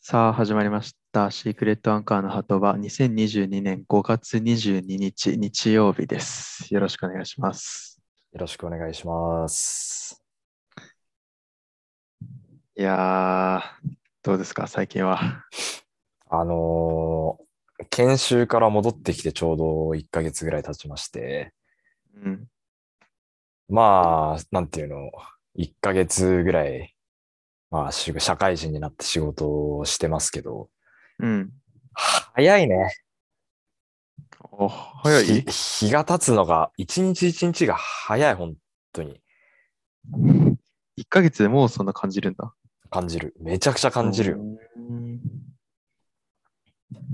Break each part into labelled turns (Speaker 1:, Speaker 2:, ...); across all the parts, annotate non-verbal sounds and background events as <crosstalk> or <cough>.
Speaker 1: さあ始まりました。シークレットアンカーの鳩場、2022年5月22日日曜日です。よろしくお願いします。
Speaker 2: よろしくお願いします。
Speaker 1: いやー、どうですか、最近は。
Speaker 2: あのー研修から戻ってきてちょうど1ヶ月ぐらい経ちまして、
Speaker 1: うん、
Speaker 2: まあ、なんていうの、1ヶ月ぐらい、まあ、し社会人になって仕事をしてますけど、
Speaker 1: うん。
Speaker 2: 早いね。
Speaker 1: お、早い
Speaker 2: 日日が経つのが、一日一日が早い、本当に
Speaker 1: ?1 ヶ月でもうそんな感じるんだ。
Speaker 2: 感じる。めちゃくちゃ感じるよ。
Speaker 1: うん。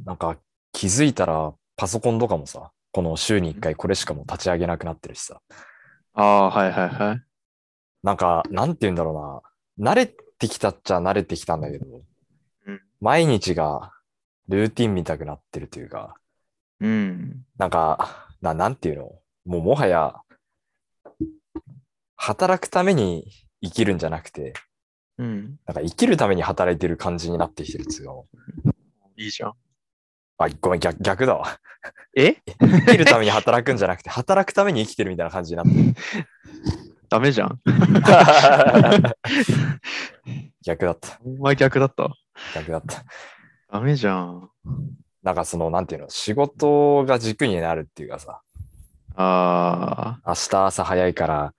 Speaker 2: なんか、気づいたら、パソコンとかもさ、この週に1回これしかもう立ち上げなくなってるしさ。
Speaker 1: ああ、はいはいはい。
Speaker 2: なんか、なんて言うんだろうな。慣れてきたっちゃ慣れてきたんだけど、
Speaker 1: うん
Speaker 2: 毎日がルーティンみたくなってるというか、
Speaker 1: うん。
Speaker 2: なんか、ななんていうのもうもはや、働くために生きるんじゃなくて、
Speaker 1: うん。
Speaker 2: なんか生きるために働いてる感じになってきてるっつうの。
Speaker 1: いいじゃん。
Speaker 2: あ、ごめん、逆逆だわ。
Speaker 1: え
Speaker 2: 生きるために働くんじゃなくて、働くために生きてるみたいな感じに
Speaker 1: <laughs>
Speaker 2: なって
Speaker 1: ダメじゃん。
Speaker 2: る。逆だった。
Speaker 1: お前逆だった。
Speaker 2: 逆だった。
Speaker 1: ダメじゃん。
Speaker 2: なんかその、なんていうの、仕事が軸になるっていうかさ、
Speaker 1: あ
Speaker 2: 明日朝早いから、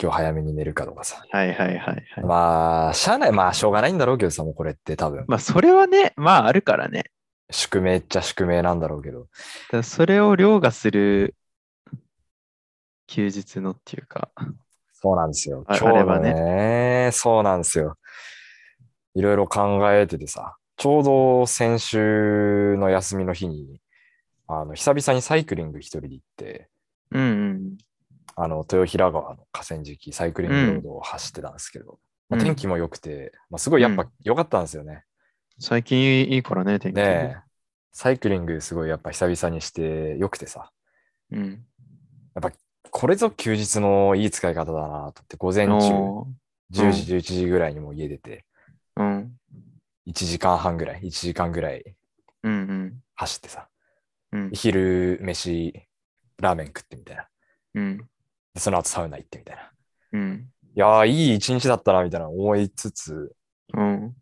Speaker 2: 今日早めに寝るかとかさ。
Speaker 1: あ、はいはいはいはい。
Speaker 2: まあ、しゃあない、まあ、しょうがないんだろうけどさ、もうこれって多分、
Speaker 1: まあ、それはね、まああるからね。
Speaker 2: 宿命っちゃ宿命なんだろうけど、
Speaker 1: だからそれを凌駕する休日のっていうか、
Speaker 2: そうなんですよ。
Speaker 1: あ
Speaker 2: 今日の
Speaker 1: あれ
Speaker 2: ね、そうなんですよ。いろいろ考えててさ、ちょうど先週の休みの日に、あの、久々にサイクリング一人で行って、
Speaker 1: うんうん。
Speaker 2: あの、豊平川の河川敷、サイクリングロードを走ってたんですけど、
Speaker 1: うん
Speaker 2: まあ、天気も良くて、まあ、すごいやっ
Speaker 1: う
Speaker 2: ぱ良かったんですよね。
Speaker 1: 最近いいからね、天気。
Speaker 2: ねえサイクリングすごいやっぱ久々にして良くてさ、
Speaker 1: うん。
Speaker 2: これぞ休日のいい使い方だなと思って、午前中
Speaker 1: おー
Speaker 2: 10時、11時ぐらいにもう家出て、
Speaker 1: うん。
Speaker 2: 1時間半ぐらい、1時間ぐらい
Speaker 1: うん
Speaker 2: 走ってさ、
Speaker 1: うん。うん。
Speaker 2: 昼飯、ラーメン食ってみたいな。
Speaker 1: うん。
Speaker 2: でその後サウナ行ってみたいな。
Speaker 1: うん。
Speaker 2: いやー、いい一日だったなみたいな思いつつ、
Speaker 1: うん。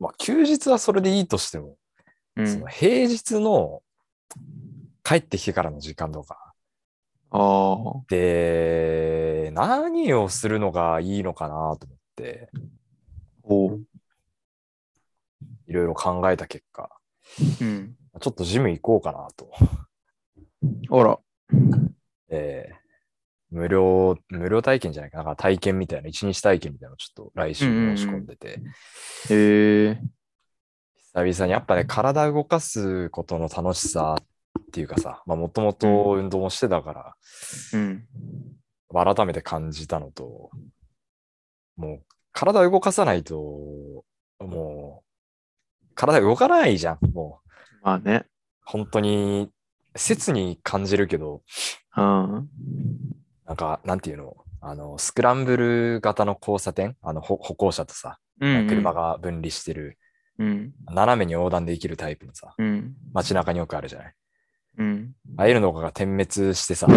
Speaker 2: まあ休日はそれでいいとしても、
Speaker 1: う
Speaker 2: そ
Speaker 1: ん
Speaker 2: の。平日の帰ってきてからの時間とか
Speaker 1: ああ。
Speaker 2: で何をするのがいいのかなと思って
Speaker 1: おう。
Speaker 2: いろいろ考えた結果
Speaker 1: うん。
Speaker 2: ちょっとジム行こうかなと、
Speaker 1: あら。
Speaker 2: えー無料無料体験じゃないかななんか体験みたいな一日体験みたいなのをちょっと来週申し込んでて、
Speaker 1: へえ。
Speaker 2: 久々にやっぱね体動かすことの楽しさっていうかさもともと運動もしてたから、
Speaker 1: うん。
Speaker 2: 改めて感じたのと、もう体を動かさないと、もう体動かないじゃん。もう
Speaker 1: まあね。
Speaker 2: 本当に切に感じるけど、
Speaker 1: うん。
Speaker 2: なんかなんていうの、あのスクランブル型の交差点、あのほ歩行者とさ、
Speaker 1: うん。
Speaker 2: 車。が分離してる、
Speaker 1: うん。
Speaker 2: 斜めに横断できるタイプのさ、
Speaker 1: うん。
Speaker 2: 街中によくあるじゃない。
Speaker 1: うん。
Speaker 2: ああいうのが点滅してさ、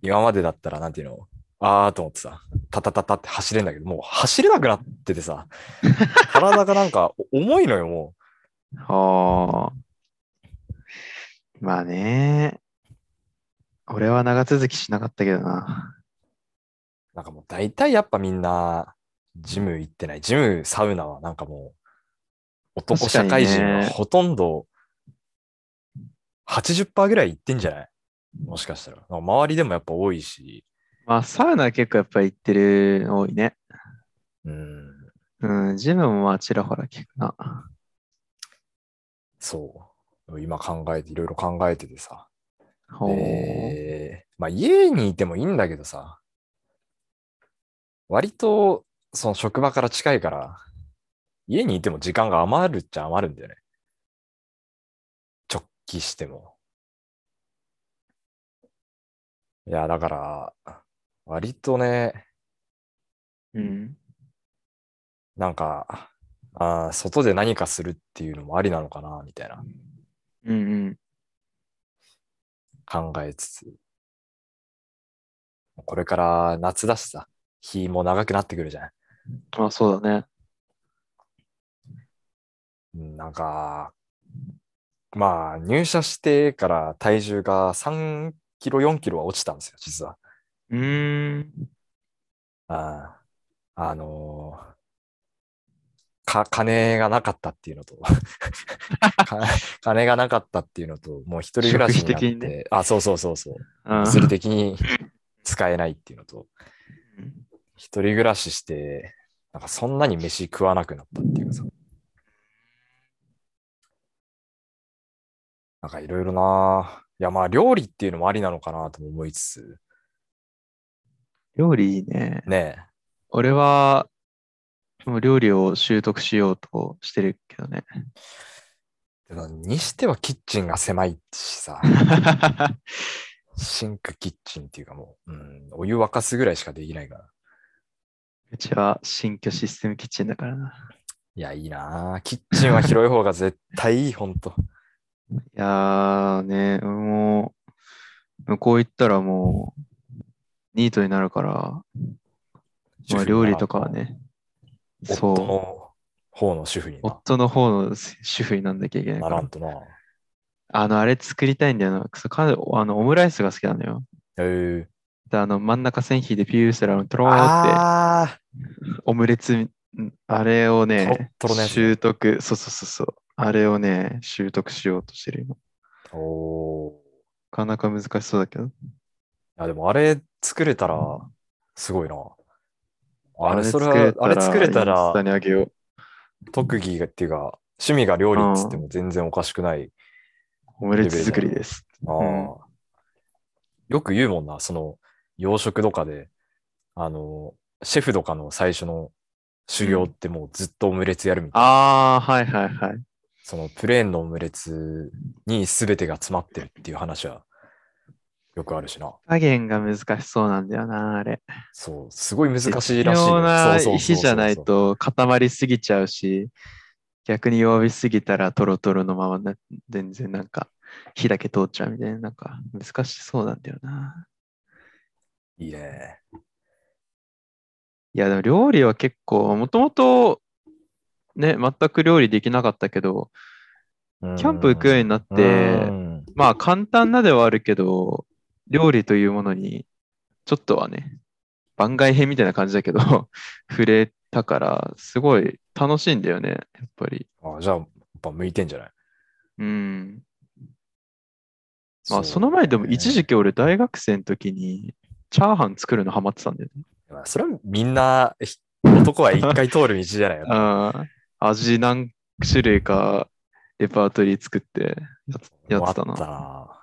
Speaker 2: 今までだったらなんていうの、あーと思ってさ、タタタタって走れんだけど、もう走れなくなって
Speaker 1: <laughs>
Speaker 2: てさ、体がなんかお重いのよ、も
Speaker 1: はあ。まあね。俺は長続きしなかったけどな。
Speaker 2: う。なんかもう大体やっぱみんな、ジム行ってない。ジム、サウナはなんかもう、男社会人
Speaker 1: 確かに
Speaker 2: は
Speaker 1: ね
Speaker 2: ほとんど80%ぐらい行ってんじゃないもしかしたら。なんか周りでもやっぱ多いし、
Speaker 1: まあ、サウナ結構やっぱり行ってるの多いね。
Speaker 2: うん、
Speaker 1: うん、ジムもまあちらほら聞くな。
Speaker 2: そう。今考えて、いろいろ考えててさ。
Speaker 1: ほう。
Speaker 2: で、まあ家にいてもいいんだけどさ、割とその職場から近いから、家にいても時間が余るっちゃ余るんだよね。直帰しても。いや、だから、割とね、
Speaker 1: うん。
Speaker 2: なんか、あー外で何かするっていうのもありなのかな、みたいな
Speaker 1: うんうん。
Speaker 2: 考えつつ。これから夏だしさ、日も長くなってくるじゃん。
Speaker 1: あ、そうだね。
Speaker 2: うんなんか、まあ入社してから体重が3キロ、4キロは落ちたんですよ、実は。
Speaker 1: うーん。
Speaker 2: あーあのーか、金がなかったっていう
Speaker 1: <laughs>
Speaker 2: のと、か金がなかったっていうのと、もう一人暮らしになっ
Speaker 1: 食費
Speaker 2: て、
Speaker 1: 的にね
Speaker 2: あ、そうそうそうそう、
Speaker 1: あ
Speaker 2: 物理的に使えないっていうのと、
Speaker 1: うん
Speaker 2: 一人暮らしして、なんかそんなに飯食わなくなったっていうかさ。なんかいろいろなぁいやまあ料理っていうのもありなのかなとも思いつつ、
Speaker 1: 料理いいね。
Speaker 2: ねえ。
Speaker 1: 俺は、もう料理を習得しようとしてるけどね。
Speaker 2: でもにしてはキッチンが狭いしさ、進化キッチンっていうかもう、うん、お湯沸かすぐらいしかできないから。
Speaker 1: うちは新居システムキッチンだからな。
Speaker 2: いや、いいなぁキッチンは広い方が絶対いい、ほんと。
Speaker 1: いやーね、もう、向こう行ったらもう、ニートになるから、まあ、料理とかは。ね、
Speaker 2: 夫
Speaker 1: そう、
Speaker 2: の方の主婦にな
Speaker 1: 夫の方の主婦になんなきゃいけない
Speaker 2: な
Speaker 1: からら
Speaker 2: ん。とな。
Speaker 1: あの、あれ作りたいんだよな。そう彼女あのオムライスが好きなのよ。
Speaker 2: えー、
Speaker 1: で、あの、真ん中線引いてピュースラーのトローっ
Speaker 2: ああ
Speaker 1: て、オムレツ、んあれをね、
Speaker 2: トロトロのやつね
Speaker 1: 習得、そうそうそうそう。あれをね、習得しようとしてる今。
Speaker 2: おお
Speaker 1: なかなか難しそうだけど。
Speaker 2: ー。いや、でもあれ作れたら、すごいな。あれ、それ
Speaker 1: 作
Speaker 2: は、あ
Speaker 1: たら
Speaker 2: れ作れた
Speaker 1: インスタ
Speaker 2: ら、
Speaker 1: にあげよう。
Speaker 2: 特技がっていうか、趣味が料理っつっても全然おかしくない。
Speaker 1: オムレツ作りです。
Speaker 2: ああ
Speaker 1: うん
Speaker 2: ーよく言うもんな、その、洋食とかで、あの、シェフとかの最初の修行ってもうずっとオムレツやるみたいな。
Speaker 1: ああ、はいはいはい。
Speaker 2: そのプレーンのオムレツに全てが詰まってるっていう話は、よくあるしな。
Speaker 1: 加減が難しそうなんだよな、あれ。
Speaker 2: そう、すごい難しいらしいよ。
Speaker 1: 必要な
Speaker 2: そうそうそうそ
Speaker 1: 火
Speaker 2: う
Speaker 1: じゃないと固まりすぎちゃうし、逆に弱火すぎたらトロトロのままな、全然なんか火だけ通っちゃうみたいな、なんか難しそうなんだよな。
Speaker 2: いいね。
Speaker 1: いや、でも料理は結構、もともとね、全く料理できなかったけど、キャンプ行くようになって
Speaker 2: うん
Speaker 1: まあ簡単なではあるけど、料理というものに、ちょっとはね、番外編みたいな感じだけど、 <laughs> 触れたから、すごい楽しいんだよね、やっぱり。
Speaker 2: あじゃあ、やっぱ向いてんじゃない
Speaker 1: うん。まあその前でも一時
Speaker 2: 期。
Speaker 1: 期俺大学生の時に、チャーハン作るのハマってたんだよね。
Speaker 2: まあそれはみんな、ひ男は一回通る道じゃないよ。
Speaker 1: ああ、味何種類かレパートリー作ってやつやってた
Speaker 2: あ
Speaker 1: な。
Speaker 2: ったな。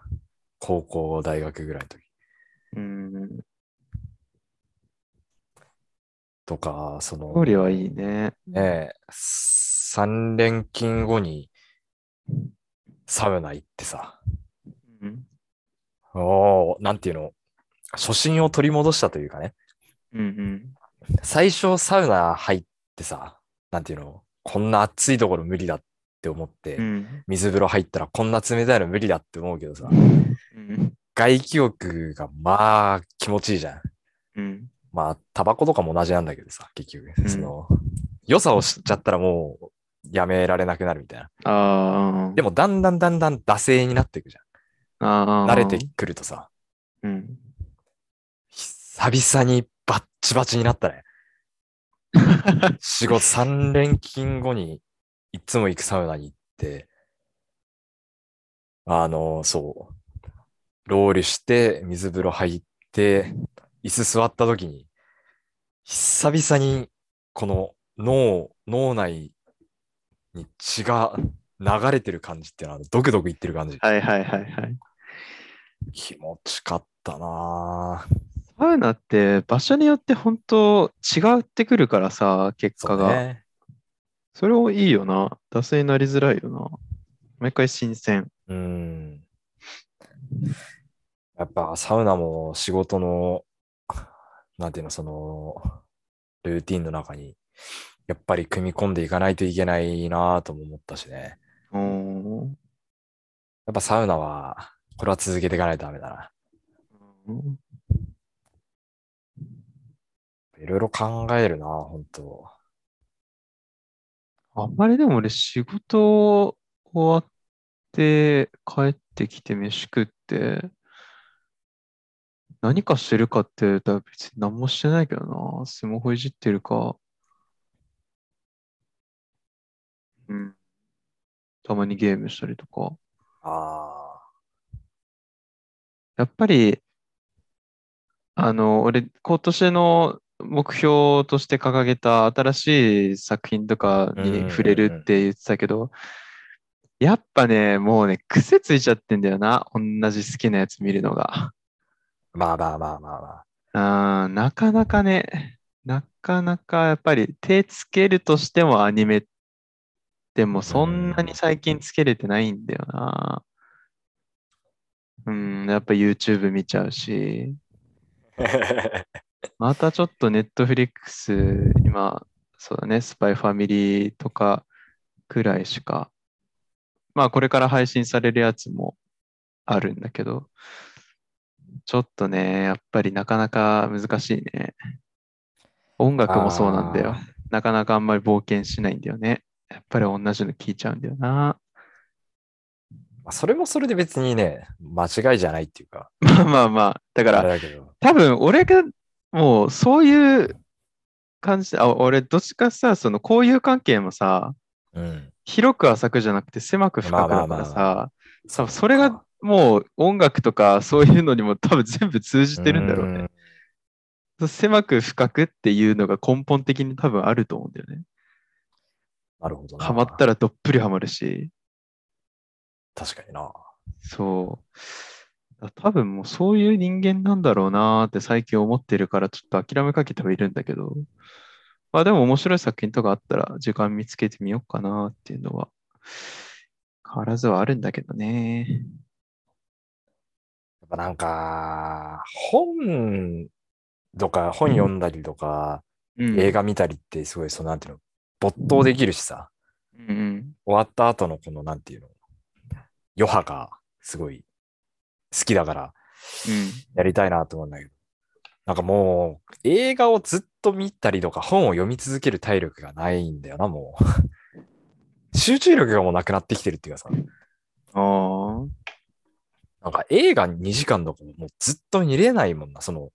Speaker 2: 高校、大学ぐらいの時
Speaker 1: うん。
Speaker 2: とか、その、
Speaker 1: 料理はいいね。
Speaker 2: ねえ、3連勤後にサウナ行ってさ、
Speaker 1: うん。
Speaker 2: おーなんていうの、初心を取り戻したというかね、
Speaker 1: うんうん。
Speaker 2: 最初サウナ入ってさ、なんていうの、こんな暑いところ無理だって思って、
Speaker 1: うん。
Speaker 2: 水風呂入ったらこんな冷たいの無理だって思うけどさ、
Speaker 1: うん。
Speaker 2: 外気浴がまあ気持ちいいじゃん。
Speaker 1: うん。
Speaker 2: まあ、タバコとかも同じなんだけどさ、結
Speaker 1: うん
Speaker 2: 局、その、良さを知っちゃったらもうやめられなくなるみたいな。
Speaker 1: あ
Speaker 2: でも、だんだんだんだん惰性になっていくじ
Speaker 1: あ、あ
Speaker 2: ゃ
Speaker 1: あ
Speaker 2: ん。慣れてくるとさ、
Speaker 1: うん。
Speaker 2: 久々にバッチバチになったね。仕事3連勤後にいつも行くサウナに行って、あの、そう、ロールして、水風呂入って、椅子座った時に、久々にこの脳、脳内に血が流れてる感じっていうのは、ドクドクいってる感じ。
Speaker 1: はいはいはいはい。
Speaker 2: 気持ちかったなぁ。
Speaker 1: サウナって場所によって本当違ってくるからさ、結
Speaker 2: そ
Speaker 1: 果
Speaker 2: う
Speaker 1: が。そ,、
Speaker 2: ね。
Speaker 1: れをいいよな。惰性になりづらいよな。毎回新鮮。
Speaker 2: うん。やっぱサウナも仕事の、なんていうの、その、ルーティンの中にやっぱり組み込んでいかないといけないなとも思ったしね。
Speaker 1: おー
Speaker 2: やっぱサウナは、これは続けていかないとダメだな。
Speaker 1: うん
Speaker 2: いろいろ考えるな、本当
Speaker 1: あんまりでも俺仕事終わって帰ってきて飯食って何かしてるかって言ったら別に何もしてないけどな。スマホいじってるか。うん。たまにゲームしたりとか。
Speaker 2: あ
Speaker 1: やっぱり、あの、俺、今年の目標として掲げた新しい作品とかに触れるって言ってたけど、やっぱね、もうね、癖ついちゃってんだよな。同じ好きなやつ見るのが。
Speaker 2: あ。まあまあまあまあま
Speaker 1: <laughs>
Speaker 2: あ。
Speaker 1: あーなかなかね、なかなかやっぱり手つけるとしてもアニメでもそんなに最近つけれてないんだよな。うん、やっぱ YouTube 見ちゃうし。またちょっとネットフリックス、今、そうだね、スパイファミリーとかくらいしか、まあこれから配信されるやつもあるんだけど、ちょっとね、やっぱりなかなか難しいね。音楽もそうなんだよ
Speaker 2: あ。
Speaker 1: なかなかあんまり冒険しないんだよね。やっぱり同じの聞いちゃうんだよな。 <laughs>
Speaker 2: まあそれもそれで別にね、間違いじゃないっていうか、
Speaker 1: まあまあまあ、だか
Speaker 2: あ
Speaker 1: ら
Speaker 2: れ、だけど。
Speaker 1: 多分俺がもうそういう感じであ俺どっちかさその交友関係もさ
Speaker 2: うん。
Speaker 1: 広く浅くじゃなくて狭く深くだ
Speaker 2: ま
Speaker 1: か
Speaker 2: あま
Speaker 1: ら
Speaker 2: あまあ
Speaker 1: さ多分それがもう音楽とかそういうのにも多分全部通じてるんだろうね。狭く深くっていうのが根本的に多分あると思うんだよね。
Speaker 2: なるほどな。
Speaker 1: ハマったらどっぷりハマるし。
Speaker 2: 確かにな。
Speaker 1: そう。多分もうそういう人間なんだろうなーって最近思ってるからちょっと諦めかけてはいるんだけど。まあでも面白い作品とかあったら時間見つけてみようかなっていうのは変わらずはあるんだけどね。
Speaker 2: やっぱなんか、本とか、本読んだりとか、
Speaker 1: うん
Speaker 2: 映。画見たりってすごい、そのなんていうの、没頭できるしさ、
Speaker 1: うんうん。
Speaker 2: 終わった後のこのなんていうの、余波がすごい好きだから、やりたいなと思うんだけど。なんかもう、映画をずっと見たりとか、本を読み続ける体力がないんだよな、もう。 <laughs> 集中力がもうなくなってきてるっていうかさ、
Speaker 1: うん。あ
Speaker 2: なんか映画2時間とかもうずっと見れないもんな、その、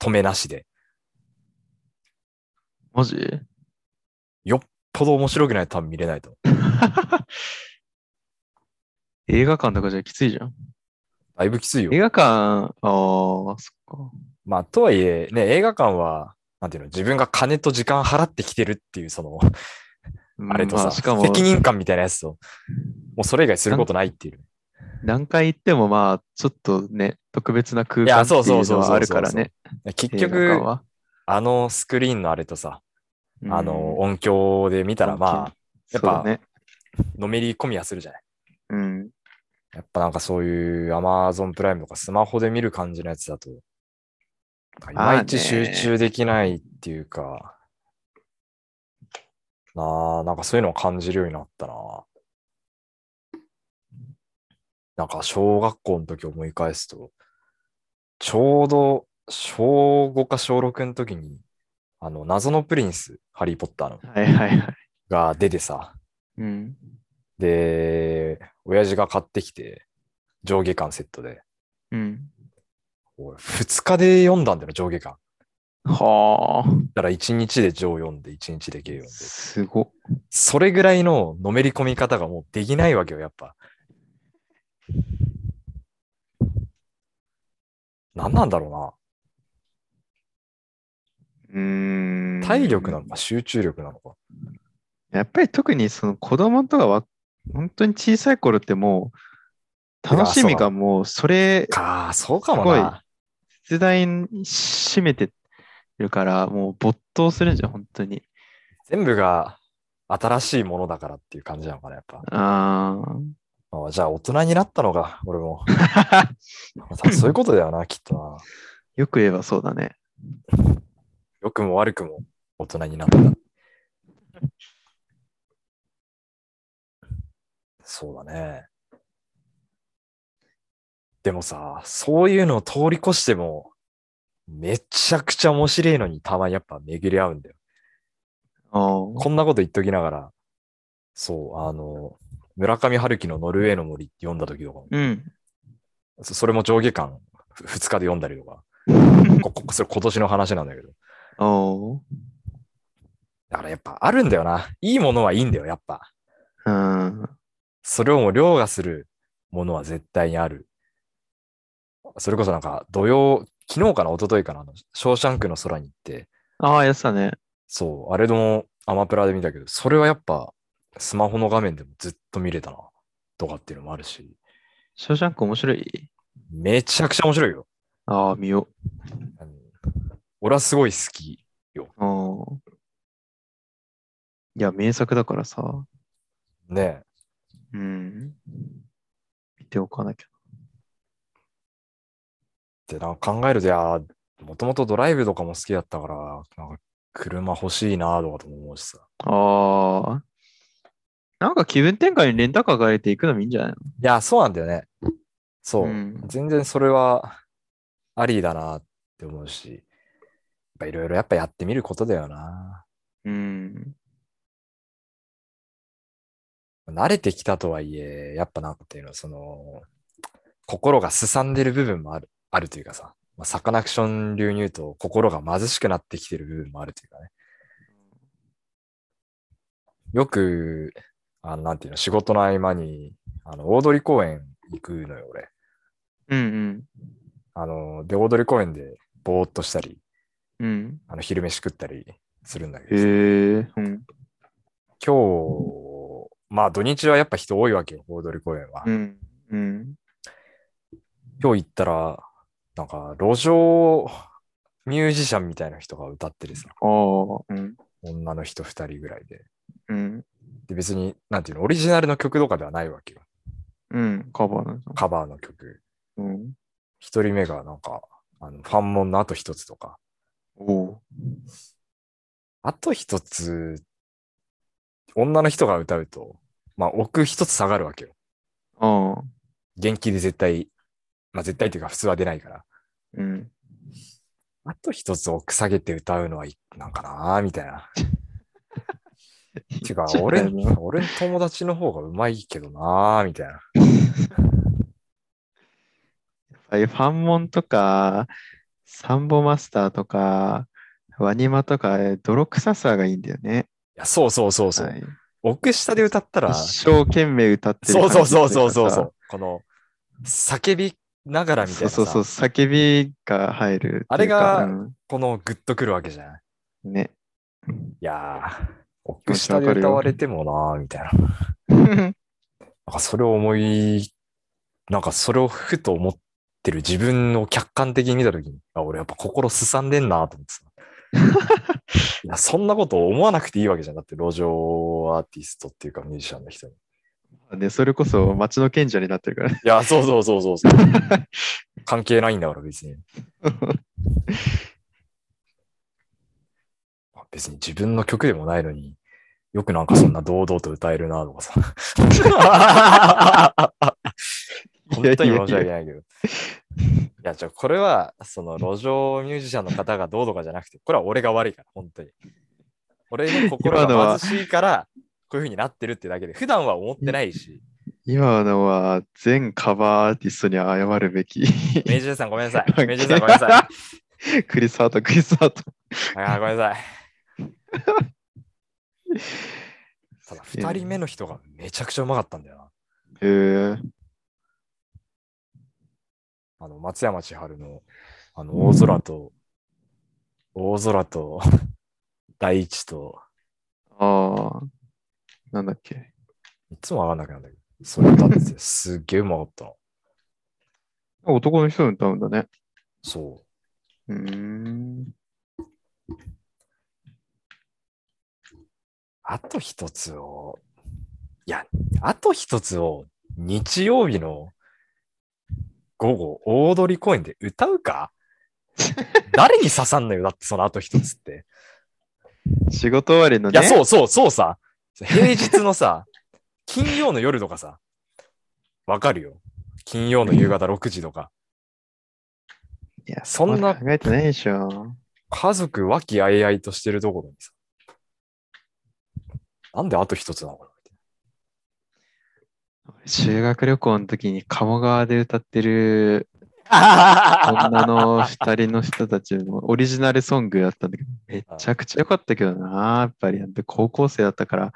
Speaker 2: 止めなしで。
Speaker 1: あ。マジ
Speaker 2: よっぽど面白くないと多分見れないと思う。
Speaker 1: 映画館とかじゃきついじゃん。
Speaker 2: だいぶきついよ
Speaker 1: 映。画館、ああ、そっか。
Speaker 2: まあ、とはいえ、ね、映画館は、なんていうの、自分が金と時間払ってきてるっていう、その、あれと
Speaker 1: ま
Speaker 2: さ、
Speaker 1: しかも
Speaker 2: 責任感みたいなやつと、もうそれ以外することないっていう。
Speaker 1: 何回行ってもまあ、ちょっとね、特別な空
Speaker 2: いや
Speaker 1: 間って
Speaker 2: そうそう
Speaker 1: いう
Speaker 2: そ
Speaker 1: の
Speaker 2: うそう
Speaker 1: はあるからね。
Speaker 2: 結
Speaker 1: 映画館
Speaker 2: 局、
Speaker 1: は
Speaker 2: あのスクリーンのあれとさ、
Speaker 1: うん
Speaker 2: あの音響で見たら、まあ、や
Speaker 1: そ
Speaker 2: っ
Speaker 1: うだ
Speaker 2: ぱ、
Speaker 1: ね。
Speaker 2: のめり込みはするじゃない。
Speaker 1: うん。
Speaker 2: やっぱなんかそういう Amazon プライムとかスマホで見る感じのやつだと、なんかいまいち
Speaker 1: あー
Speaker 2: 集
Speaker 1: ね
Speaker 2: 中できないっていうか、なあ、なんかそういうのを感じるようになったな。なんか小学校の時思い返すと、ちょうど小5か小6の時に、あの、謎のプリンス、ハリー・ポッターの、
Speaker 1: はいはいはい。
Speaker 2: が出てさ、
Speaker 1: うん。
Speaker 2: で、親父が買ってきて、上下巻セットで、
Speaker 1: うん。
Speaker 2: 俺、二日で読んだんだよ、上下巻。
Speaker 1: はあ。
Speaker 2: だから一日で上読んで、一日で下読んで。
Speaker 1: すごっ。
Speaker 2: それぐらいののめり込み方がもうできないわけよ、やっぱ。何なんだろ
Speaker 1: うーん
Speaker 2: うな。体力なのか、集中力なのか。
Speaker 1: やっぱり特にその子供とかは、本当に小さい頃ってもう、楽しみがもう、それ、
Speaker 2: かあ、そうかもな。
Speaker 1: 絶大に占めてるから、もう没頭するんじゃん、本当に。
Speaker 2: 全部が新しいものだからっていう感じなのかな、やっぱ。
Speaker 1: あ
Speaker 2: ああじゃあ、大人になったのか、俺も。
Speaker 1: あ。 <laughs>
Speaker 2: そういうことだよな、きっとな。
Speaker 1: よく言えばそうだね。
Speaker 2: 良くも悪くも大人になった。 <laughs> そうだね。でもさ、そういうのを通り越しても、めちゃくちゃ面白いのにたまにやっぱ巡り合うんだよ。
Speaker 1: ああ。
Speaker 2: こんなこと言っときながら、そう、あの、村上春樹のノルウェーの森って読んだ時とかも、
Speaker 1: うん。
Speaker 2: そそれも上下巻2日で読んだり
Speaker 1: <laughs>
Speaker 2: とか、ここそれ今年の話なんだけど。
Speaker 1: ああ。
Speaker 2: だからやっぱあるんだよな。いいものはいいんだよ、やっぱ。
Speaker 1: うん。
Speaker 2: それをもう凌駕するものは絶対にある。それこそなんか土曜、昨日かな、一昨日かな、あのショーシャンクの空に行って、
Speaker 1: ああ、やってたね。
Speaker 2: そう、あれでもアマプラで見たけど、それはやっぱスマホの画面でもずっと見れたな、とかっていうのもあるし、
Speaker 1: ショーシャンク面白い
Speaker 2: めちゃくちゃ面白いよ。
Speaker 1: ああ、見よ
Speaker 2: うん俺はすごい好き。
Speaker 1: う。ああ。いや、名作だからさ。
Speaker 2: ね
Speaker 1: うん。見ておかなきゃ。
Speaker 2: え。で、なんか考えると、いや、もともとドライブとかも好きだったから、なんか車欲しいな、とかとも思うしさ。
Speaker 1: ああ。なんか気分転換にレンタカー借りていくのもいいんじゃない
Speaker 2: いや、そうなんだよね。そう。
Speaker 1: うん
Speaker 2: 全然それはありだなって思うし、やっぱいろいろやっぱやってみることだよな。
Speaker 1: のうん。
Speaker 2: 慣れてきたとはいえ、やっぱなんていうの、その、心がすさんでる部分もある、あるというかさ、まあ、サカナクション流入と心が貧しくなってきてる部分もあるというかね。よく、あのなんていうの、仕事の合間に、あの、大通公園行くのよ、俺。
Speaker 1: うん
Speaker 2: あの、で、大通公園でぼーっとしたり、
Speaker 1: うん。うん。
Speaker 2: あの、昼飯食ったりするんだけ
Speaker 1: へ
Speaker 2: どさ、
Speaker 1: え。うん。
Speaker 2: 今日、まあ土日はやっぱ人多いわけよ、大通公園は。
Speaker 1: うん。うん。
Speaker 2: 今日行ったら、なんか路上ミュージシャンみたいな人が歌ってるさ、
Speaker 1: ああ。うん。
Speaker 2: 女の人二人ぐらいで。
Speaker 1: うん。
Speaker 2: で、別に、なんていうの、オリジナルの曲とかではないわけよ。
Speaker 1: うん。カバーなんだ。
Speaker 2: カバーの曲。
Speaker 1: うん。
Speaker 2: 一人目がなんか、あのファンモンのあと一つとか。
Speaker 1: おう。
Speaker 2: あと一つ、女の人が歌うと、まあ奥一つ下がるわけよ。
Speaker 1: ああ。
Speaker 2: 元気で絶対、まあ絶対というか普通は出ないから。
Speaker 1: うん。
Speaker 2: あと一つ奥下げて歌うのはいなんかなーみた
Speaker 1: <laughs>
Speaker 2: いな。ていうか、俺、俺の友達の方がうまいけどなーみたいな。
Speaker 1: ああいうファンモンとか、サンボマスターとか、ワニマとか、泥臭さがいいんだよね。
Speaker 2: いや、そうそうそうそう。
Speaker 1: はい
Speaker 2: 奥下で歌ったら、そ
Speaker 1: 一生懸命歌ってる
Speaker 2: う
Speaker 1: 感じ
Speaker 2: そうそうそうそうそ。
Speaker 1: という
Speaker 2: この、叫びながら
Speaker 1: うか
Speaker 2: みたい
Speaker 1: さ。
Speaker 2: な
Speaker 1: そうそう
Speaker 2: さ、
Speaker 1: そう、叫びが入るっていうか。
Speaker 2: あれが
Speaker 1: うん
Speaker 2: このグッとくるわけじゃない。
Speaker 1: ね。 <laughs>
Speaker 2: いやー、奥
Speaker 1: 持ち
Speaker 2: 下
Speaker 1: わ
Speaker 2: で
Speaker 1: かるよ
Speaker 2: 歌われてもなーみたいな。なんかそれを思い、なんかそれをふと思ってる自分を客観的に見たときに、あ、俺やっぱ心すさんでんなと思ってさ。いや、そんなこと思わなくていいわけじゃなくて、路上アーティストっていうかミュージシャンの人に。
Speaker 1: でそれこそ町の賢者になってるからね。 <laughs>
Speaker 2: いや、そうそうそうそうそう。関係ないんだから別に。別に自分の曲でもないのに、よくなんかそんな堂々と歌えるなとか <laughs> さ。本当に申し訳ないけど。いや、ちょ、これは、その路上ミュージシャンの方がどうとかじゃなくて、これは俺が悪いから、本当に。俺の心
Speaker 1: 今の
Speaker 2: が
Speaker 1: は
Speaker 2: 貧しいから、こういう風になってるってだけで、普段は思ってないし、
Speaker 1: 今のは全カバーアーティストに謝るべき。
Speaker 2: メイジュンさんごめんなさい。メイジュンさんごめんなさ
Speaker 1: <laughs> クリスハート、クリスハート。
Speaker 2: い。あーごめん <laughs> なさい。ただ、2人目の人がめちゃくちゃうまかったんだよな。
Speaker 1: へえ。
Speaker 2: あの、松山千春の、あの、大空と、大空と、 <laughs> 大地と、
Speaker 1: ああ。なんだっけ。
Speaker 2: いつもわかんなくなるんだけど、それ歌ってて、すっげえうまかったの。
Speaker 1: 男の人の歌うんだね。
Speaker 2: そう
Speaker 1: ーん。
Speaker 2: う。あと一つを、いや、あと一つを、日曜日の午後、大通公園で歌うか誰に刺さんのよ、だってそのあと一つって。
Speaker 1: 仕事終わりの
Speaker 2: い
Speaker 1: ね。
Speaker 2: や、そうそう、そうさ。平日のさ、金曜の夜とかさ、わかるよ。金曜の夕方6時とか。
Speaker 1: いや、
Speaker 2: そんな
Speaker 1: こまで考えてないでしょ。
Speaker 2: 家族和気あいあいとしてるところにさ。なんであと一つなのかな
Speaker 1: 修学旅行の時に鴨川で歌ってる女
Speaker 2: 女
Speaker 1: の二人の人たちのオリジナルソングだったんだけど、めちゃくちゃ良かったけどな、やっぱり。高校生だったから、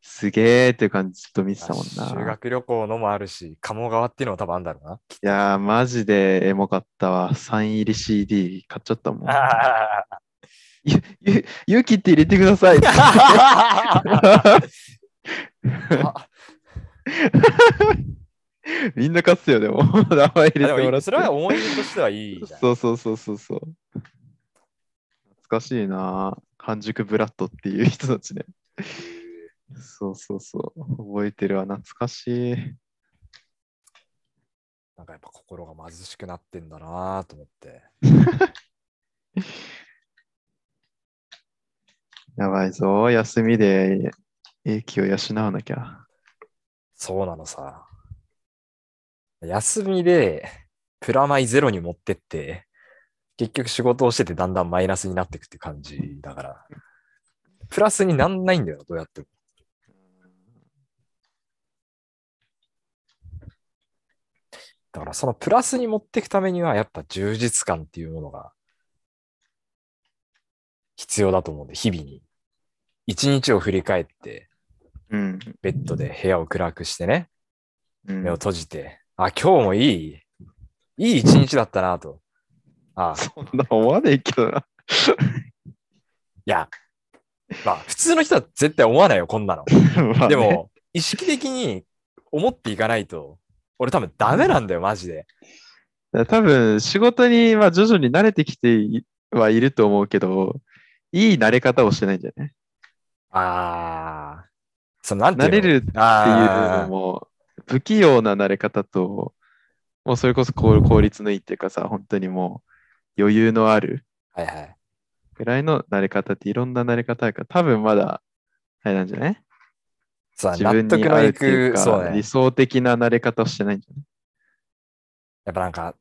Speaker 1: すげーっていう感じずっと見てたもん
Speaker 2: 修
Speaker 1: な。
Speaker 2: 学旅行のもあるし、鴨川っていうのは多分あんだろうな。
Speaker 1: いやー、マジでエモかったわ。サイン入り CD 買っちゃったもん。ゆ、ゆ、ゆきって入れてく <laughs> ださい。
Speaker 2: <laughs> あ
Speaker 1: みんな勝つよ、でも。 <laughs> 名前入れても
Speaker 2: <laughs> で
Speaker 1: らっ
Speaker 2: も
Speaker 1: て。
Speaker 2: それは思い出としてはいいじゃん。
Speaker 1: そうそうそうそうそう。懐かしいな半熟ブラッドっていう人たちね。そうそうそう。覚えてるわ。懐かしい。
Speaker 2: なんかやっぱ心が貧しくなってんだなと思って。
Speaker 1: やばいぞ。休みで英気を養わなきゃ。
Speaker 2: そうなのさ。休みで、プラマイゼロに持ってって、結局仕事をしててだんだんマイナスになっていくって感じだから、プラスになんないんだよ、どうやっても。だからそのプラスに持っていくためには、やっぱ充実感っていうものが必要だと思うんで、日々に。一日を振り返って、
Speaker 1: うん。
Speaker 2: ベッドで部屋を暗くしてね、
Speaker 1: うん
Speaker 2: 目を閉じて、あ、今日もいい、いい一日だったなと。あ、い
Speaker 1: そんな思わないけどな。 <laughs>
Speaker 2: や、まあ、普通の人は絶対思わないよ、こんなの。
Speaker 1: <laughs> まあね
Speaker 2: で、も、意識的に思っていかないと、俺多分ダメなんだよ、マジで。
Speaker 1: 多分仕事にまあ徐々に慣れてきてはいると思うけど、いい慣れ方をしてないんじゃない
Speaker 2: ああ、その、なんて
Speaker 1: 慣
Speaker 2: いうの
Speaker 1: れるっていうの
Speaker 2: あー
Speaker 1: も、不器用な慣れ方と、もうそれこそ効効率のいいっていうかさ、本当にもう余裕のある
Speaker 2: はいはい。
Speaker 1: ぐらいの慣れ方っていろんな慣れ方あるから、多分まだ、あれなんじゃない
Speaker 2: そうだ
Speaker 1: 自
Speaker 2: ね納
Speaker 1: 分
Speaker 2: 得
Speaker 1: に
Speaker 2: の
Speaker 1: 合うっ
Speaker 2: い
Speaker 1: ていう
Speaker 2: く、そう
Speaker 1: か、理
Speaker 2: ね。
Speaker 1: 想的な慣れ方をしてないんじゃない
Speaker 2: やっぱなんか、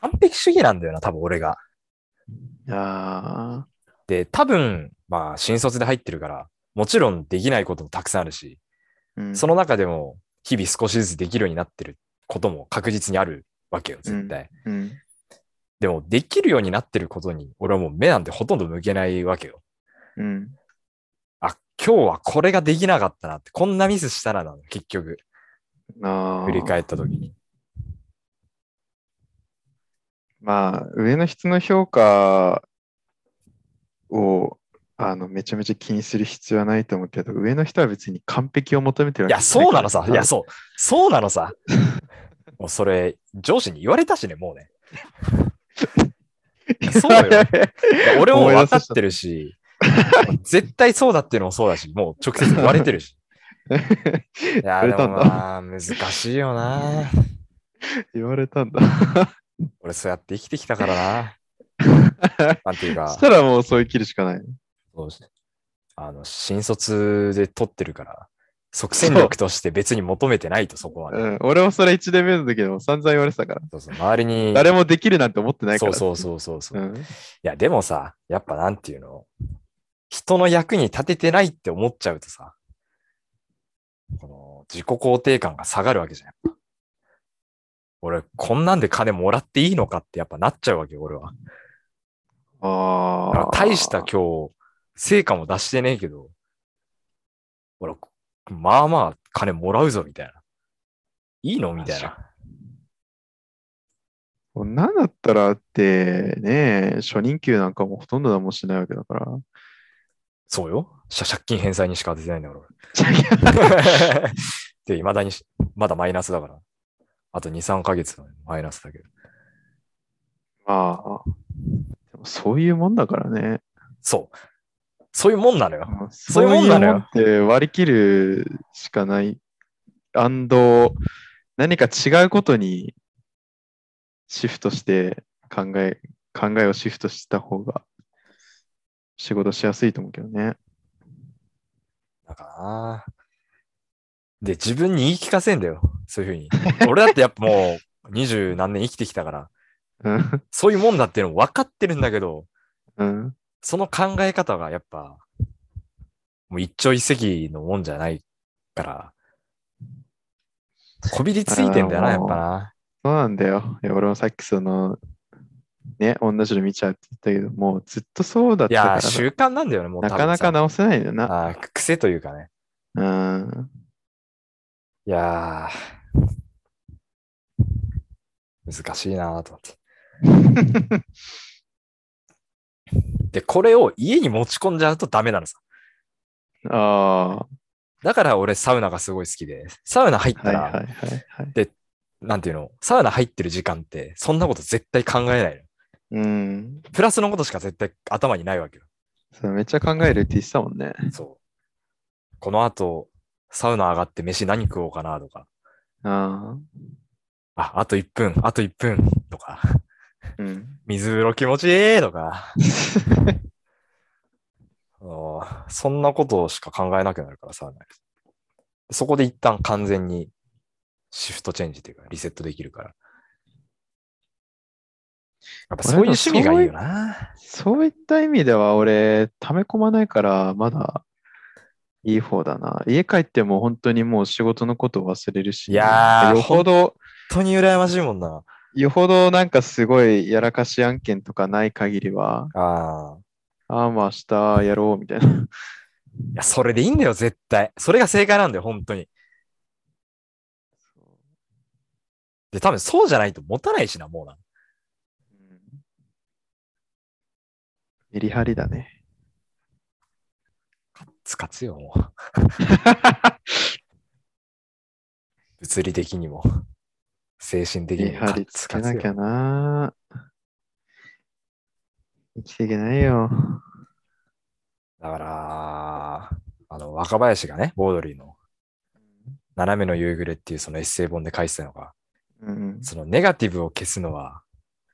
Speaker 2: 完璧主義なんだよな、多分俺が。
Speaker 1: あ
Speaker 2: で、多分、まあ、新卒で入ってるから、もちろんできないこともたくさんあるし、
Speaker 1: あ、うん
Speaker 2: その中でも、日々少しずつできるようになってることも確実にあるわけよ、絶対。
Speaker 1: うん、
Speaker 2: でも、できるようになってることに、俺はもう目なんてほとんど向けないわけよ。
Speaker 1: うん、
Speaker 2: あ、今日はこれができなかったなって、こんなミスしたらなの、結局、
Speaker 1: あー
Speaker 2: 振り返った時に。
Speaker 1: まあ、上の人の評価をあのめちゃめちゃ気にする必要はないと思うけど、上の人は別に完璧を求めてるわ
Speaker 2: い
Speaker 1: け
Speaker 2: や、そうな
Speaker 1: <laughs>
Speaker 2: のさ。いや、
Speaker 1: そ
Speaker 2: そう。そうなのさ。もうそれ、上司に言われたしね、もうね。
Speaker 1: う
Speaker 2: そ
Speaker 1: <laughs>
Speaker 2: うよいや俺も
Speaker 1: 思い出
Speaker 2: 分
Speaker 1: さ
Speaker 2: かっ
Speaker 1: せちゃった
Speaker 2: てるし、絶対そうだっていうのもそうだし、もう直接言われてるし。いや、
Speaker 1: <laughs> 言わ
Speaker 2: で
Speaker 1: れた
Speaker 2: も
Speaker 1: んだ
Speaker 2: まあ、難しいよな。
Speaker 1: 言われたんだ。
Speaker 2: 俺、そうやって生きてきたからな。なんてい
Speaker 1: <laughs>
Speaker 2: う
Speaker 1: そ
Speaker 2: か
Speaker 1: <laughs> し、たらもうそういう切るしかない。
Speaker 2: そうあの、新卒で取ってるから、即戦力として別に求めてないと、そこは
Speaker 1: う
Speaker 2: ね。
Speaker 1: ん、俺もそれ1年目の時でも散々言われてたから。
Speaker 2: そうそう周りに、
Speaker 1: 誰もできるなんて思ってないか
Speaker 2: そう
Speaker 1: ら。
Speaker 2: そうそうそうそう。
Speaker 1: うん。
Speaker 2: いや、でもさ、やっぱなんていうの、人の役に立ててないって思っちゃうとさ、この自己肯定感が下がるわけじゃん。やっぱ俺、こんなんで金もらっていいのかってやっぱなっちゃうわけよ、俺は。だから
Speaker 1: ああ。
Speaker 2: 大した今日、成果も出してねえけど、俺、まあまあ金もらうぞ、みたいな。いいのみたいな。
Speaker 1: こんなんだったらって、ねえ、初任給なんかもうほとんど何もしないわけだ
Speaker 2: <laughs>
Speaker 1: から。
Speaker 2: そうよ。借借金返済にしか当ててないんだよ、俺。
Speaker 1: じゃあいや
Speaker 2: で、いまだにし、まだマイナスだから。あと2、3ヶ月のマイナスだけど。
Speaker 1: まあ、でもそういうもんだからね。
Speaker 2: そう。そういうもんなのよ。
Speaker 1: まあ
Speaker 2: そういうもんなのよ
Speaker 1: そういうもんって割り切るしかない。アンド、何か違うことにシフトして考え、考えをシフトした方が、仕事しやすいと思うけどね。
Speaker 2: だからな。で、自分に言い聞かせんだよ。そういうふうに。俺だってやっぱもう二十何年生きてきたから、
Speaker 1: うん。
Speaker 2: そういうもんだっていうのも分かってるんだけど、
Speaker 1: うん。
Speaker 2: その考え方がやっぱ、もう一朝一夕のもんじゃないから、こびりついてんだよな、
Speaker 1: あー
Speaker 2: やっぱな。
Speaker 1: そうなんだよ。いや、俺もさっきその、ね、同じの見ちゃうって言ったけど、もうずっとそうだっ
Speaker 2: い
Speaker 1: たか
Speaker 2: や
Speaker 1: ら
Speaker 2: ー、習慣なんだよね、もう
Speaker 1: な、なかなか
Speaker 2: な。
Speaker 1: 直せないんだよな。
Speaker 2: あー癖というかね。
Speaker 1: うん。 <laughs>
Speaker 2: いやー、難しいなーと思って。で、これを家に持ち込んじゃうとダメなのさ。
Speaker 1: あ
Speaker 2: だから俺サウナがすごい好きで、サウナ入っ
Speaker 1: あ、は
Speaker 2: た
Speaker 1: い
Speaker 2: ら、
Speaker 1: はいはい、はい。
Speaker 2: なんていうの、サウナ入ってる時間って、そんなこと絶対考えないの。
Speaker 1: うん。
Speaker 2: プラスのことしか絶対頭にないわけよ。
Speaker 1: そうめっちゃ考えるって言ってたもんね。
Speaker 2: <laughs> そう。この後、サウナ上がって飯何食おうかなとか、
Speaker 1: あ
Speaker 2: あ、あと1分、あと1分とか、
Speaker 1: あ。うん。
Speaker 2: 水風呂気持ちいいと <laughs> か、あのそんなことしか考えなくなるからサウナでそこで一旦完全にシフトチェンジというかリセットできるから。やっぱそういう趣味がいいよな。
Speaker 1: そういった意味では俺、溜め込まないから、まだいい方だな。家帰っても本当にもう仕事のことを忘れるし、
Speaker 2: いやー
Speaker 1: よほど、
Speaker 2: 本当に羨ましいもんな。
Speaker 1: よほどなんかすごいやらかし案件とかない限りは、
Speaker 2: ああ。
Speaker 1: ああ、まあ明日やろうみたいな。
Speaker 2: いや、それでいいんだよ、絶対。それが正解なんだよ、本当に。で、多分そうじゃないと持たないしな、もうな。
Speaker 1: うんメリハリだね。
Speaker 2: つかつよ、も
Speaker 1: <laughs>
Speaker 2: う。物理的にも。精神的
Speaker 1: メ
Speaker 2: に
Speaker 1: リ
Speaker 2: も。
Speaker 1: ハリつけなき
Speaker 2: よ
Speaker 1: ゃな。生きていけないよ。
Speaker 2: だから、あの、若林がね、ボードリーの、斜めの夕暮れっていうそのエッセイ本で書いてたのが、
Speaker 1: うん。
Speaker 2: そのネガティブを消すのは、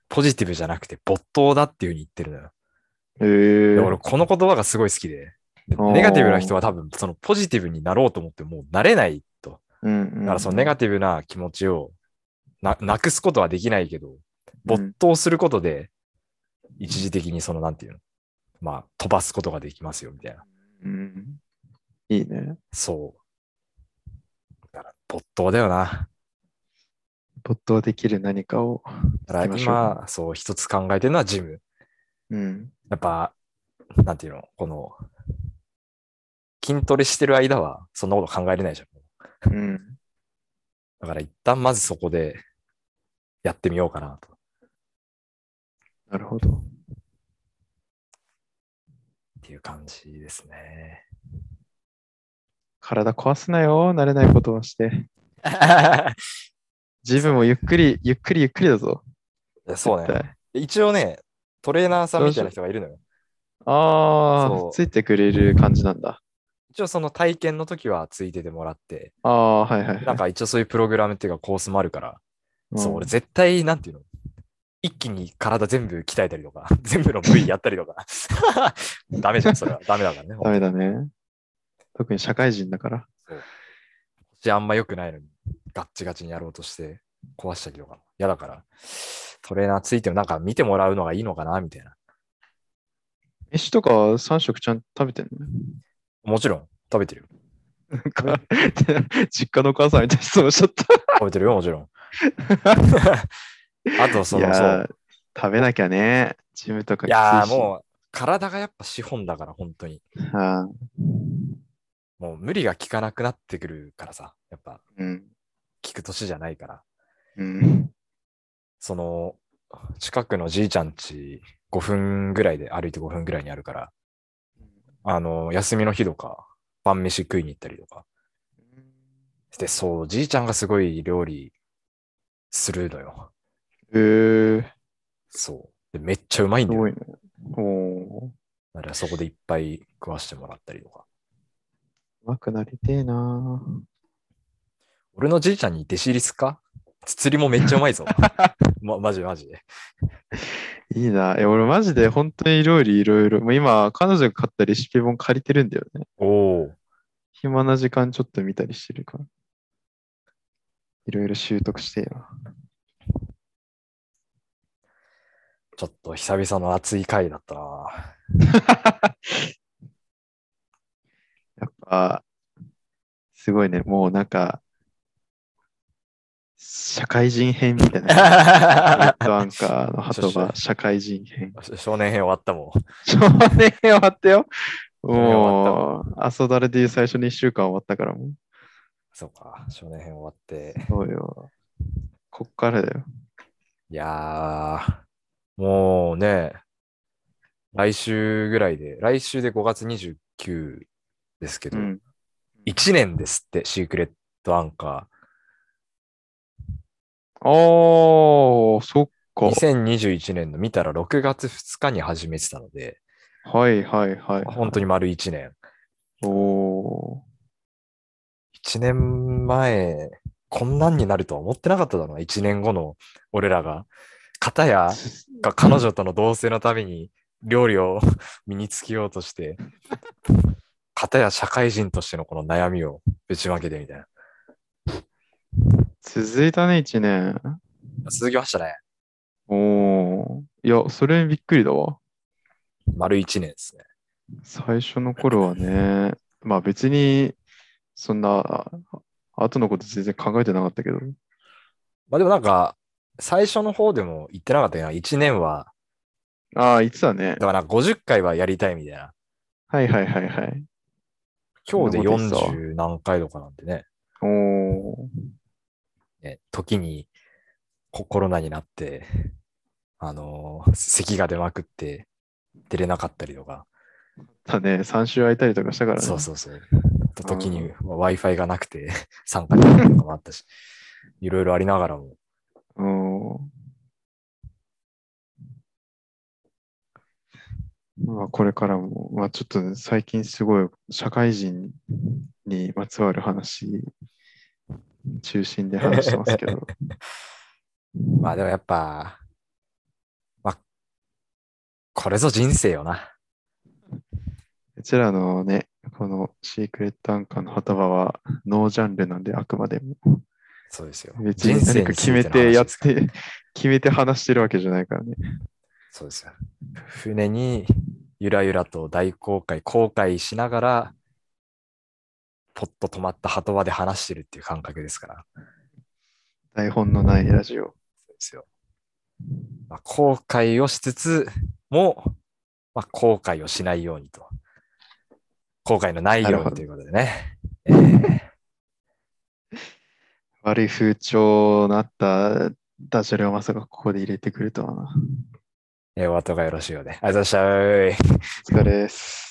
Speaker 2: ポジティブじゃなくて没頭だっていうふうに言ってるのよ。
Speaker 1: ええ
Speaker 2: で俺、この言葉がすごい好きで、で
Speaker 1: おー
Speaker 2: ネガティブな人は多分、そのポジティブになろうと思ってもうなれないと。
Speaker 1: うんうん
Speaker 2: だからそのネガティブな気持ちをななくすことはできないけど、没頭することで、一時的にその、なんていうの、まあ、飛ばすことができますよ、みたいな。
Speaker 1: うんいいね。
Speaker 2: そう。だから、没頭だよな。
Speaker 1: 没頭できる何かを。
Speaker 2: だから
Speaker 1: 行きましょう
Speaker 2: 今、そう、一つ考えてるのはジム。
Speaker 1: うん。
Speaker 2: やっぱ、なんていうの、この、筋トレしてる間は、そんなこと考えれないじゃん。
Speaker 1: うん。
Speaker 2: だから一旦まずそこで、やってみようかなと。
Speaker 1: なるほど。
Speaker 2: っていう感じです
Speaker 1: <laughs>
Speaker 2: ね。
Speaker 1: 体壊すなよ。慣れないことをして。自分もゆっくり、ゆっくりゆっくりだぞ。
Speaker 2: いやそう
Speaker 1: 絶
Speaker 2: ね。
Speaker 1: 対
Speaker 2: 一応ね、トレーナーさんみたいな人がいるのよ。
Speaker 1: あ
Speaker 2: そ
Speaker 1: あ、
Speaker 2: う
Speaker 1: ついてくれる感じなんだ。
Speaker 2: 一応その体験の時はついててもらって、
Speaker 1: ああ、はいはいはい。
Speaker 2: なんか一応そういうプログラムっていうかコースもあるから、
Speaker 1: ん
Speaker 2: そう、俺絶対、なんていうの一気に体全部鍛えたりとか、 <laughs> 全部の部位やったりとか。 <laughs> ダメじゃん、それは。ダメだからね。
Speaker 1: ダメだね。特に社会人だから。
Speaker 2: 腰あんま良くないのに、ガッチガチにやろうとして壊したりとか。嫌だから、トレーナーついてもなんか見てもらうのがいいのかな、みたいな。
Speaker 1: 飯とか3食ちゃんと食べてんの
Speaker 2: もちろん、食べてるよ。
Speaker 1: なんか、実家のお母さんみたいな質問しちゃった。
Speaker 2: 食べてるよ、もちろ
Speaker 1: <laughs>
Speaker 2: ん。 <laughs> あと、そ
Speaker 1: いや
Speaker 2: の、
Speaker 1: ー
Speaker 2: そう。
Speaker 1: 食べなきゃね。ジムとか
Speaker 2: いやー
Speaker 1: きついし
Speaker 2: もう、体がやっぱ資本だから、本当に。
Speaker 1: あー
Speaker 2: もう無理が効かなくなってくるからさ、やっぱ、
Speaker 1: うん。
Speaker 2: 効く年じゃないから。
Speaker 1: うん。
Speaker 2: その、近くのじいちゃんち、5分ぐらいで、歩いて5分ぐらいにあるから、あの、休みの日とか、晩飯食いに行ったりとか。で、そう、じいちゃんがすごい料理するのよ。
Speaker 1: えー、
Speaker 2: そう。でめっちゃうまいん
Speaker 1: す
Speaker 2: だ
Speaker 1: ご
Speaker 2: よ。
Speaker 1: いね。おーう
Speaker 2: だからそこでいっぱい食わしてもらったりとか。
Speaker 1: まくなりてえな
Speaker 2: 俺のじいちゃんに弟子入りすっか釣りもめっちゃうま
Speaker 1: <laughs>
Speaker 2: いぞ。ま、マジマジで。
Speaker 1: いいな。え、俺マジで本当に料理いろいろ。もう今、彼女が買ったレシピ本借りてるんだよね。
Speaker 2: おお。
Speaker 1: 暇な時間ちょっと見たりしてるから。いろいろ習得してよ。
Speaker 2: ちょっと久々の熱い回だったな。
Speaker 1: やっぱ、すごいね。もうなんか、社会人編みたい <laughs> な。レッドアンカーの鳩が社会人編。
Speaker 2: <laughs> 少年編終わったもん。
Speaker 1: 少年編終わったよ。
Speaker 2: 年編終
Speaker 1: もう、アソダレでいう最初の1週間終わったからもう。
Speaker 2: そうか、少年編終わって。
Speaker 1: そうよ。こっからだよ。
Speaker 2: いやー、もうね、来週ぐらいで、来週で5月29ですけ
Speaker 1: う
Speaker 2: ど、
Speaker 1: ん。
Speaker 2: 1年ですって、シークレットアンカ
Speaker 1: あー、そっか
Speaker 2: ー。。2021年の見たら6月2日に始めてたので、
Speaker 1: はいはいはい。
Speaker 2: 本当に丸1年。
Speaker 1: お
Speaker 2: 1年前、こんなんになるとは思ってなかっただろうな、1年後の俺らが。片や
Speaker 1: ー。、す
Speaker 2: が彼女との同棲のために料理を <laughs> 身につけようとして、片や社会人としてのこの悩みをぶちまけてみたいな。
Speaker 1: 続いたね、1年。
Speaker 2: 続きましたね。
Speaker 1: おー。いや、それびっくりだわ。
Speaker 2: 丸一年ですね。
Speaker 1: 最初の頃はね、まあ別に、そんな、あ後のこと全然考えてなかったけど。
Speaker 2: まあでもなんか、最初の方でも言ってなかったよな。1年は、
Speaker 1: ああ、いつだね
Speaker 2: だ。からなんか50回はやりたいみたいな。
Speaker 1: はいはいはいはい。
Speaker 2: 今日で
Speaker 1: そんなこと言って
Speaker 2: 40何回とかなんでね。
Speaker 1: おー。
Speaker 2: ね時にココロナになって、 <laughs> あのー咳が出まくって出れなかったりとか。
Speaker 1: だね、3週空いたりとかしたからね。
Speaker 2: そうそうそう。と
Speaker 1: うん
Speaker 2: 時に Wi-Fi がなくて <laughs> 参加できないとかもあったし、いろいろありながらも、
Speaker 1: うーん。まあこれからも、まあちょっとね、最近すごい社会人にまつわる話中心で話してますけど。
Speaker 2: <laughs> まあでもやっぱ、まあ、これぞ人生よな。
Speaker 1: うちらのね、このシークレットアンカーの旗場はノージャンルなんであくまでも。
Speaker 2: そうですよ。
Speaker 1: 別
Speaker 2: 人
Speaker 1: に
Speaker 2: 生
Speaker 1: 何
Speaker 2: に
Speaker 1: か
Speaker 2: つい
Speaker 1: 決め
Speaker 2: の
Speaker 1: て
Speaker 2: 話
Speaker 1: やっ
Speaker 2: ですから
Speaker 1: て、決めて話してるわけじゃないからね。
Speaker 2: そうですよ。船にゆらゆらと大航海、航海しながら、ポッと止まった鳩場で話してるっていう感覚ですから。
Speaker 1: 台本のないラジオ。
Speaker 2: そうですよ。まあ、後悔をしつつも、まあ、後悔をしないようにと。後悔のない
Speaker 1: な
Speaker 2: よ
Speaker 1: る
Speaker 2: う
Speaker 1: ほど
Speaker 2: にということでね。えー
Speaker 1: 悪い風潮のあったダジャレをまさかここで入れてくるとはな。
Speaker 2: えーお後がよろしいようで。ありがとうございました。
Speaker 1: お疲れです。